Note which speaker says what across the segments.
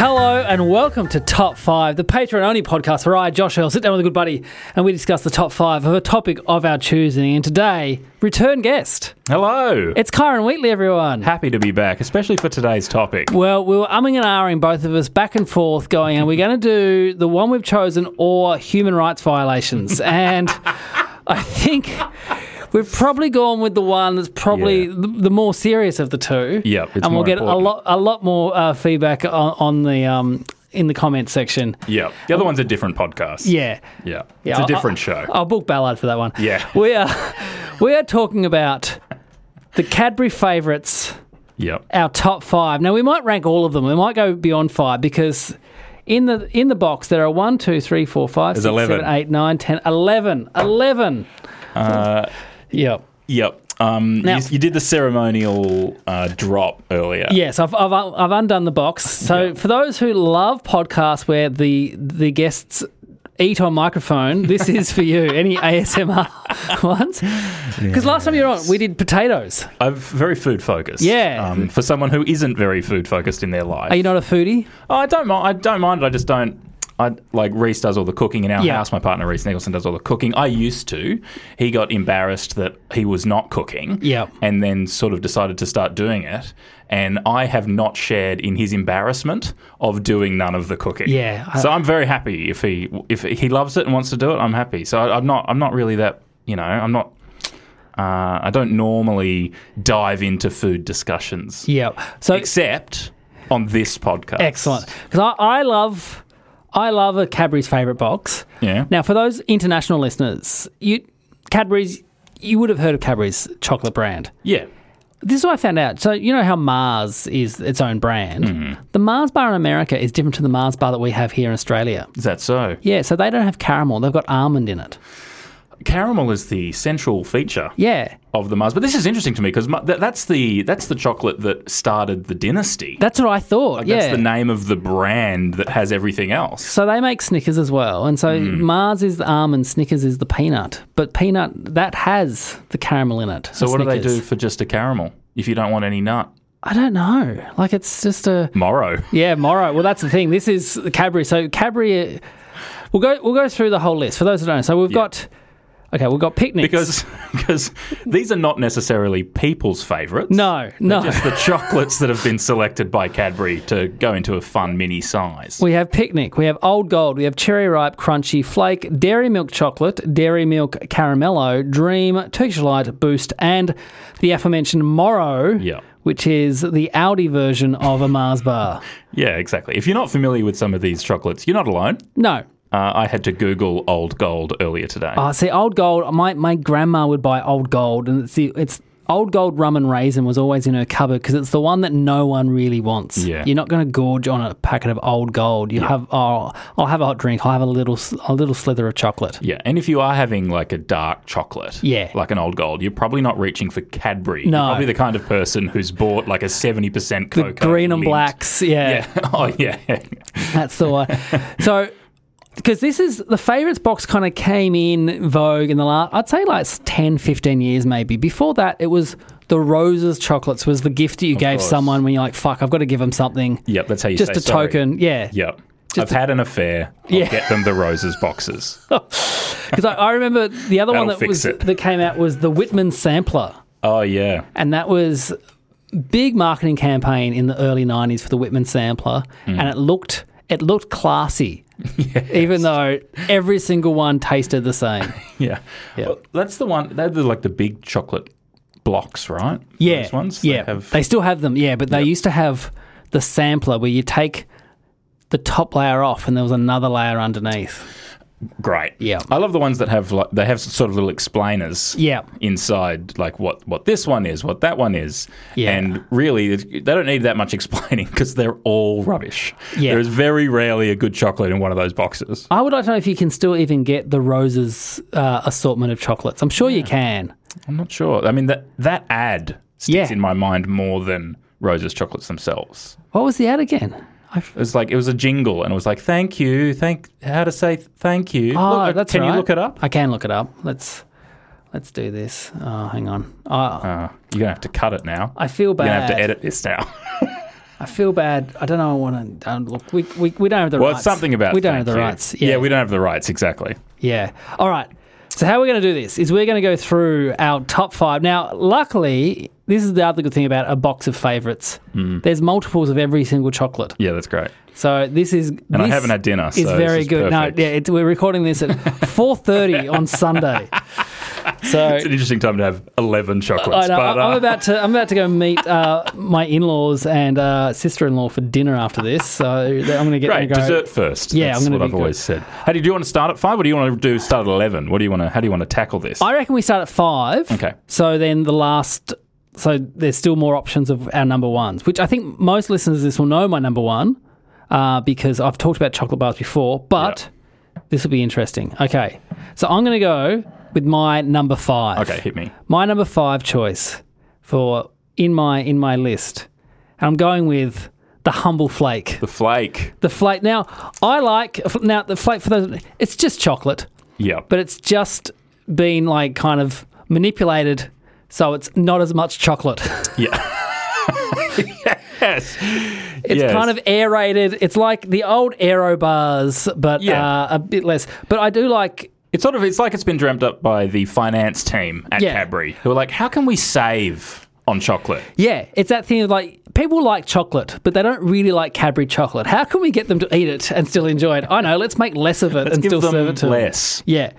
Speaker 1: Hello and welcome to Top 5, the Patreon only podcast where I, Josh Earl, sit down with a good buddy and we discuss the top 5 of a topic of our choosing. And today, return guest.
Speaker 2: Hello.
Speaker 1: It's Kyron Wheatley, everyone.
Speaker 2: Happy to be back, especially for today's topic.
Speaker 1: Well, we were umming and ahhing, both of us, back and forth, going, are we going to do the one we've chosen or human rights violations? and I think we've probably gone with the one that's probably
Speaker 2: Yeah.
Speaker 1: the, the more serious of the two.
Speaker 2: Yeah, it's
Speaker 1: and we'll
Speaker 2: more
Speaker 1: get
Speaker 2: important.
Speaker 1: a lot, a lot more uh, feedback on, on the um, in the comment section.
Speaker 2: Yeah. The other one's a different podcast.
Speaker 1: Yeah.
Speaker 2: Yeah.
Speaker 1: Yeah,
Speaker 2: It's a
Speaker 1: I'll-
Speaker 2: different
Speaker 1: I'll-
Speaker 2: show.
Speaker 1: I'll book Ballard for that one.
Speaker 2: Yeah.
Speaker 1: We are we are talking about the Cadbury favourites,
Speaker 2: Yeah.
Speaker 1: our top five. Now we might rank all of them. We might go beyond five because in the in the box there are one, two, three, four, five,
Speaker 2: There's
Speaker 1: six, seven,
Speaker 2: 11.
Speaker 1: eight, nine, ten, eleven. Eleven.
Speaker 2: Uh,
Speaker 1: yep.
Speaker 2: Yep. Um,
Speaker 1: Now-
Speaker 2: you, you did the ceremonial uh, drop earlier.
Speaker 1: Yes, I've, I've, I've undone the box. So for those who love podcasts where the the guests eat on microphone, this is for you. Any ASMR ones? Because last time you were on, we did potatoes.
Speaker 2: I'm very food focused.
Speaker 1: Yeah.
Speaker 2: Um, for someone who isn't very food focused in their life.
Speaker 1: Are you not a foodie?
Speaker 2: Oh, I don't mind. I don't mind it. I just don't. I like Reese does all the cooking in our
Speaker 1: Yeah.
Speaker 2: house. My partner Reese Nicholson does all the cooking. I used to. He got embarrassed that he was not cooking.
Speaker 1: Yeah.
Speaker 2: and then sort of decided to start doing it. And I have not shared in his embarrassment of doing none of the cooking.
Speaker 1: Yeah, I-
Speaker 2: so I'm very happy if he if he loves it and wants to do it. I'm happy. So I, I'm not. I'm not really that. You know. I'm not. Uh, I don't normally dive into food discussions.
Speaker 1: Yeah. So
Speaker 2: Except on this podcast.
Speaker 1: excellent. Because I, I love I love a Cadbury's favourite box.
Speaker 2: Yeah.
Speaker 1: Now for those international listeners, you Cadbury's you would have heard of Cadbury's chocolate brand.
Speaker 2: Yeah.
Speaker 1: This is what I found out. So you know how Mars is its own brand.
Speaker 2: Mm-hmm.
Speaker 1: The Mars bar in America is different to the Mars bar that we have here in Australia.
Speaker 2: Is that so?
Speaker 1: Yeah, so they don't have caramel; they've got almond in it.
Speaker 2: Caramel is the central feature
Speaker 1: Yeah,
Speaker 2: of the Mars, but this is interesting to me because th- that's the that's the chocolate that started the dynasty.
Speaker 1: that's what I thought. yeah,
Speaker 2: That's the name of the brand that has everything else.
Speaker 1: so they make Snickers as well, and so
Speaker 2: Mm.
Speaker 1: Mars is the almond, Snickers is the peanut. But peanut that has the caramel in it.
Speaker 2: So what do they do for just a caramel if you don't want any nut?
Speaker 1: I don't know. Like it's just a
Speaker 2: Morrow.
Speaker 1: yeah, Morrow. Well, that's the thing. This is the Cadbury. So Cadbury, uh, we'll go we'll go through the whole list for those who don't. know. So we've got okay, we've got picnics
Speaker 2: Because because these are not necessarily people's favourites.
Speaker 1: no,
Speaker 2: They're
Speaker 1: no.
Speaker 2: Just the chocolates that have been selected by Cadbury to go into a fun mini size.
Speaker 1: We have Picnic, we have Old Gold, we have Cherry Ripe Crunchy Flake, Dairy Milk Chocolate, Dairy Milk Caramello, Dream, Turkish Light Boost, and the aforementioned Morrow,
Speaker 2: Yeah.
Speaker 1: which is the Audi version of a Mars bar.
Speaker 2: Yeah, exactly. If you're not familiar with some of these chocolates, you're not alone.
Speaker 1: No.
Speaker 2: Uh, I had to Google old gold earlier today.
Speaker 1: I see, Old Gold, my, my grandma would buy Old Gold, and it's, the, it's Old Gold Rum and Raisin was always in her cupboard because it's the one that no one really wants.
Speaker 2: Yeah.
Speaker 1: You're not going to gorge on a packet of Old Gold. You have, oh, I'll have a hot drink, I'll have a little, s- a little slither of chocolate.
Speaker 2: yeah, and if you are having like a dark chocolate,
Speaker 1: Yeah.
Speaker 2: like an old gold, you're probably not reaching for Cadbury.
Speaker 1: No.
Speaker 2: you're probably the kind of person who's bought like a seventy percent
Speaker 1: The
Speaker 2: cocoa,
Speaker 1: green and
Speaker 2: mint.
Speaker 1: blacks,
Speaker 2: Yeah. Oh yeah.
Speaker 1: That's the one. so, because this is the favorites box kind of came in vogue in the last, I'd say like 10, 15 years maybe. Before that, it was the roses chocolates was the gift that you gave
Speaker 2: course.
Speaker 1: someone when you're like, fuck, I've got to give them something.
Speaker 2: yep. That's how you
Speaker 1: Just
Speaker 2: say
Speaker 1: a
Speaker 2: sorry.
Speaker 1: token. Yeah.
Speaker 2: Yep. I've had an affair. I'll
Speaker 1: Yeah. Oh.
Speaker 2: get them the roses boxes.
Speaker 1: Because I, I remember the other one
Speaker 2: That'll
Speaker 1: that was
Speaker 2: fix it.
Speaker 1: that came out was the Whitman sampler.
Speaker 2: Oh yeah.
Speaker 1: And that was big marketing campaign in the early 90s for the Whitman sampler
Speaker 2: Hmm.
Speaker 1: and it looked it looked classy. Even though every single one tasted the same.
Speaker 2: Yeah. Well, that's the one. They're the, like the big chocolate blocks, right?
Speaker 1: Yeah.
Speaker 2: Those ones.
Speaker 1: Yeah.
Speaker 2: They have,
Speaker 1: They still have them. Yeah, but they used to have the sampler where you take the top layer off and there was another layer underneath.
Speaker 2: great.
Speaker 1: Yeah.
Speaker 2: I love the ones that have like they have sort of little explainers.
Speaker 1: Yeah.
Speaker 2: Inside, like what what this one is, what that one is,
Speaker 1: Yeah.
Speaker 2: and really it's- they don't need that much explaining because they're all rubbish.
Speaker 1: Yeah.
Speaker 2: There is very rarely a good chocolate in one of those boxes.
Speaker 1: I would like to know if you can still even get the roses uh, assortment of chocolates. I'm sure you can.
Speaker 2: I'm not sure. I mean that that ad sticks
Speaker 1: Yeah.
Speaker 2: in my mind more than Rose's chocolates themselves.
Speaker 1: What was the ad again? I,
Speaker 2: It was like it was a jingle, and it was like "Thank you, thank how to say th- thank you."
Speaker 1: oh,
Speaker 2: Look, uh,
Speaker 1: that's
Speaker 2: can
Speaker 1: right.
Speaker 2: you look it up?
Speaker 1: I can look it up. Let's let's do this. Oh, hang on. I
Speaker 2: Uh, you're gonna have to cut it now.
Speaker 1: I feel
Speaker 2: You're gonna
Speaker 1: bad.
Speaker 2: have to edit this now.
Speaker 1: I feel bad. I don't know. I want to um, look. We, we, we don't have the
Speaker 2: well,
Speaker 1: rights.
Speaker 2: it's something about
Speaker 1: we don't
Speaker 2: thank
Speaker 1: have the
Speaker 2: you.
Speaker 1: rights.
Speaker 2: Yeah. we don't have the rights exactly.
Speaker 1: Yeah. All right. So how we're going to do this is we're going to go through our top five. Now, luckily, this is the other good thing about a box of favourites.
Speaker 2: Mm.
Speaker 1: There's multiples of every single chocolate.
Speaker 2: Yeah, that's great.
Speaker 1: So this is.
Speaker 2: And I haven't had dinner, so
Speaker 1: It's
Speaker 2: this
Speaker 1: very
Speaker 2: is
Speaker 1: good.
Speaker 2: perfect.
Speaker 1: No, yeah, it's, we're recording this at 4:30 on Sunday. So
Speaker 2: It's an interesting time to have eleven chocolates.
Speaker 1: I know,
Speaker 2: but,
Speaker 1: I'm
Speaker 2: uh,
Speaker 1: about to. I'm about to go meet uh, my in-laws and uh, sister-in-law for dinner after this. So I'm going to get them
Speaker 2: Great,
Speaker 1: to go-
Speaker 2: dessert first.
Speaker 1: Yeah,
Speaker 2: that's
Speaker 1: I'm gonna
Speaker 2: what
Speaker 1: be
Speaker 2: I've always said. How do you, do you want to start at five, or do you want to do start at eleven? What do you want to? How do you want to tackle this?
Speaker 1: I reckon we start at five.
Speaker 2: Okay.
Speaker 1: So then the last. So there's still more options of our number ones, which I think most listeners of this will know my number one uh, because I've talked about chocolate bars before, but this will be interesting. Okay. So I'm going to go with my number five.
Speaker 2: okay, hit me.
Speaker 1: My number five choice for in my in my list, and I'm going with the humble flake.
Speaker 2: The flake.
Speaker 1: The flake. Now I like now the flake for those. It's just chocolate
Speaker 2: Yeah,
Speaker 1: but it's just been like kind of manipulated so it's not as much chocolate.
Speaker 2: yeah. yes.
Speaker 1: It's kind of aerated. It's like the old aero bars, but
Speaker 2: Yeah.
Speaker 1: uh, a bit less. But I do like.
Speaker 2: It's sort of it's like it's been dreamt up by the finance team at
Speaker 1: Yeah.
Speaker 2: Cadbury, who are like, how can we save on chocolate?
Speaker 1: Yeah, it's that thing of like people like chocolate, but they don't really like Cadbury chocolate. How can we get them to eat it and still enjoy it? I know. Let's make less of it and
Speaker 2: Give
Speaker 1: still
Speaker 2: them
Speaker 1: serve it to them.
Speaker 2: less.
Speaker 1: Yeah.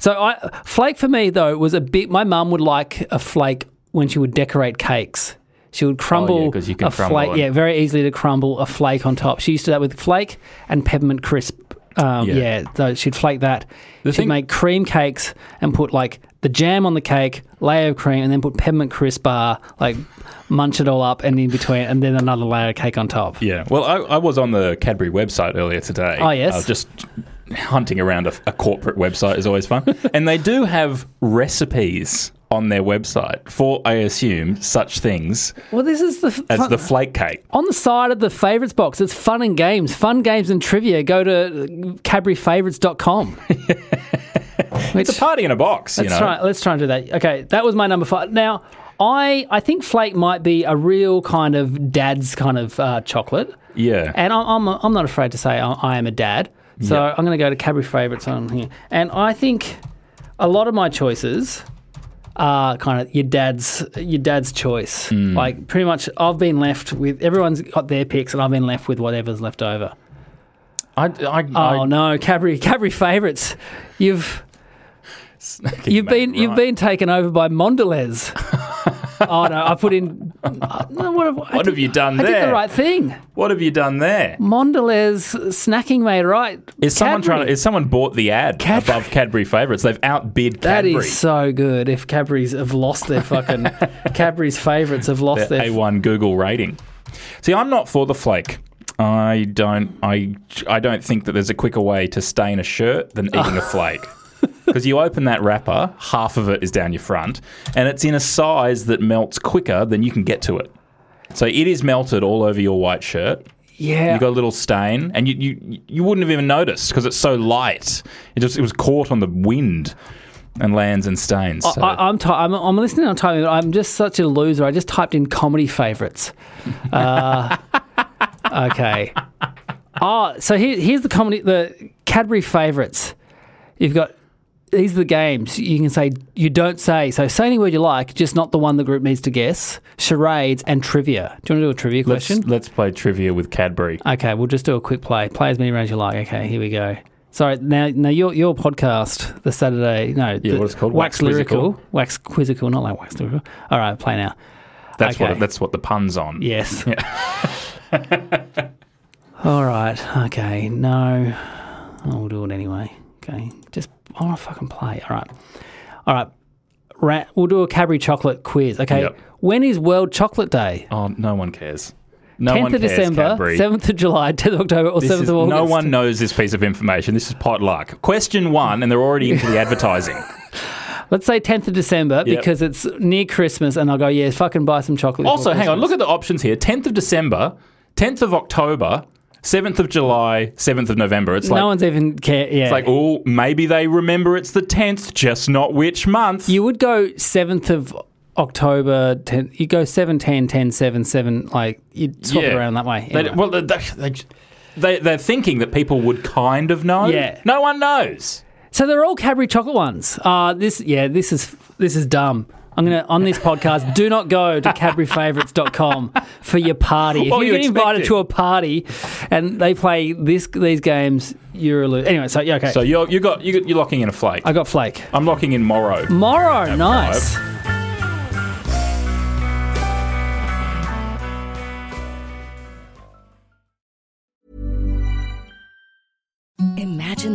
Speaker 1: So I flake for me though was a bit. My mum would like a flake when she would decorate cakes. She would crumble
Speaker 2: Oh, 'cause you can
Speaker 1: a
Speaker 2: crumble
Speaker 1: flake.
Speaker 2: and-
Speaker 1: Yeah, very easily to crumble a flake on top. She used to do that with flake and peppermint crisp. Um,
Speaker 2: Yeah.
Speaker 1: yeah. so she'd flake that. she'd
Speaker 2: thing-
Speaker 1: make cream cakes and put like the jam on the cake, layer of cream, and then put peppermint crisp bar, like munch it all up and in between, and then another layer of cake on top.
Speaker 2: Yeah. Well, I, I was on the Cadbury website earlier today.
Speaker 1: Oh, yes?
Speaker 2: I was just hunting around a, a corporate website is always fun. and they do have recipes on their website for, I assume, such things
Speaker 1: Well, this is the
Speaker 2: as
Speaker 1: fun-
Speaker 2: the flake cake.
Speaker 1: on the side of the favorites box, it's fun and games, fun games and trivia. Go to cadburyfavorites.com. Which,
Speaker 2: It's a party in a box, you
Speaker 1: let's,
Speaker 2: know.
Speaker 1: try, let's try and do that. Okay, that was my number five. Now, I, I think flake might be a real kind of dad's kind of uh, chocolate.
Speaker 2: Yeah.
Speaker 1: And I- I'm, I'm not afraid to say I, I am a dad. So I'm going to go to Cadbury Favourites on here. And I think a lot of my choices are kind of your dad's your dad's choice.
Speaker 2: Hmm.
Speaker 1: Like pretty much I've been left with everyone's got their picks and I've been left with whatever's left over.
Speaker 2: I, I,
Speaker 1: Oh no, Cadbury Cadbury Favourites. You've You've been you've been taken over by Mondelez. oh no, I put in uh, no, what have,
Speaker 2: What have you done
Speaker 1: I did
Speaker 2: there?
Speaker 1: the right thing.
Speaker 2: What have you done there?
Speaker 1: Mondelez snacking made right.
Speaker 2: Is someone
Speaker 1: Cadbury.
Speaker 2: trying to, is someone bought the ad
Speaker 1: Cadbury.
Speaker 2: above Cadbury favourites? They've outbid
Speaker 1: That is
Speaker 2: Cadbury.
Speaker 1: so good. If Cadbury's have lost their fucking Cadbury's favourites have lost
Speaker 2: their
Speaker 1: their.
Speaker 2: A1 Google rating. See, I'm not for the flake. I don't. I I don't think that there's a quicker way to stain a shirt than eating a flake. Because you open that wrapper, half of it is down your front, and it's in a size that melts quicker than you can get to it. So it is melted all over your white shirt.
Speaker 1: yeah,
Speaker 2: You got a little stain, and you you, you wouldn't have even noticed because it's so light. It just it was caught on the wind and lands and stains. So.
Speaker 1: I, I'm, t- I'm I'm listening on time. but I'm just such a loser. I just typed in comedy favourites. Uh, okay. Oh, so here, here's the comedy the Cadbury favourites. You've got these are the games you can say you don't say. So say any word you like, just not the one the group needs to guess. Charades and trivia. Do you want to do a trivia
Speaker 2: let's,
Speaker 1: question?
Speaker 2: let's play trivia with Cadbury.
Speaker 1: Okay, we'll just do a quick play. Play as many rounds you like. Okay, here we go. Sorry, now now your your podcast, the Saturday no, yeah,
Speaker 2: what it's called?
Speaker 1: Wax,
Speaker 2: Wax
Speaker 1: lyrical,
Speaker 2: Quizzical?
Speaker 1: wax quizzical, not like wax lyrical. All right, play now.
Speaker 2: That's what
Speaker 1: Okay.
Speaker 2: that's what the pun's on.
Speaker 1: Yes. All right. Okay. No, I'll do it anyway. Okay, just I want to fucking play. All right, all right. Ra- we'll do a Cadbury chocolate quiz. Okay,
Speaker 2: Yep.
Speaker 1: when is World Chocolate Day?
Speaker 2: Oh, no one cares. No one
Speaker 1: Tenth of
Speaker 2: cares,
Speaker 1: December,
Speaker 2: Cadbury.
Speaker 1: seventh of July, tenth of October, or
Speaker 2: This
Speaker 1: seventh
Speaker 2: is-
Speaker 1: of August.
Speaker 2: no one knows this piece of information. This is potluck. Question one, and they're already into the advertising.
Speaker 1: Let's say tenth of December because it's near Christmas, and I'll go. Yeah, fucking buy some chocolate. before
Speaker 2: Also, hang on,
Speaker 1: Christmas."
Speaker 2: look at the options here 10th of December, 10th of October, 7th of July, 7th of November. It's like,
Speaker 1: no one's even care. Yeah,
Speaker 2: it's like oh, maybe they remember it's the 10th, just not which month.
Speaker 1: You would go seventh of October. Ten, you go seven, ten, ten, seven, seven. Like you'd swap it around that way.
Speaker 2: They-
Speaker 1: Anyway.
Speaker 2: well, they, they, they, they're thinking that people would kind of know.
Speaker 1: Yeah.
Speaker 2: No one knows.
Speaker 1: so they're all Cadbury chocolate ones. Uh this yeah, this is this is dumb. I'm gonna on this podcast. do not go to CadburyFavorites.com for your party. If
Speaker 2: What were
Speaker 1: you
Speaker 2: you
Speaker 1: get invited
Speaker 2: expecting?
Speaker 1: to a party and they play this these games, you're a loser. Anyway, so yeah, okay.
Speaker 2: So you're, you got, you got, you're locking in a flake.
Speaker 1: I got flake.
Speaker 2: I'm locking in Morrow.
Speaker 1: Morrow, nice.
Speaker 3: Imagine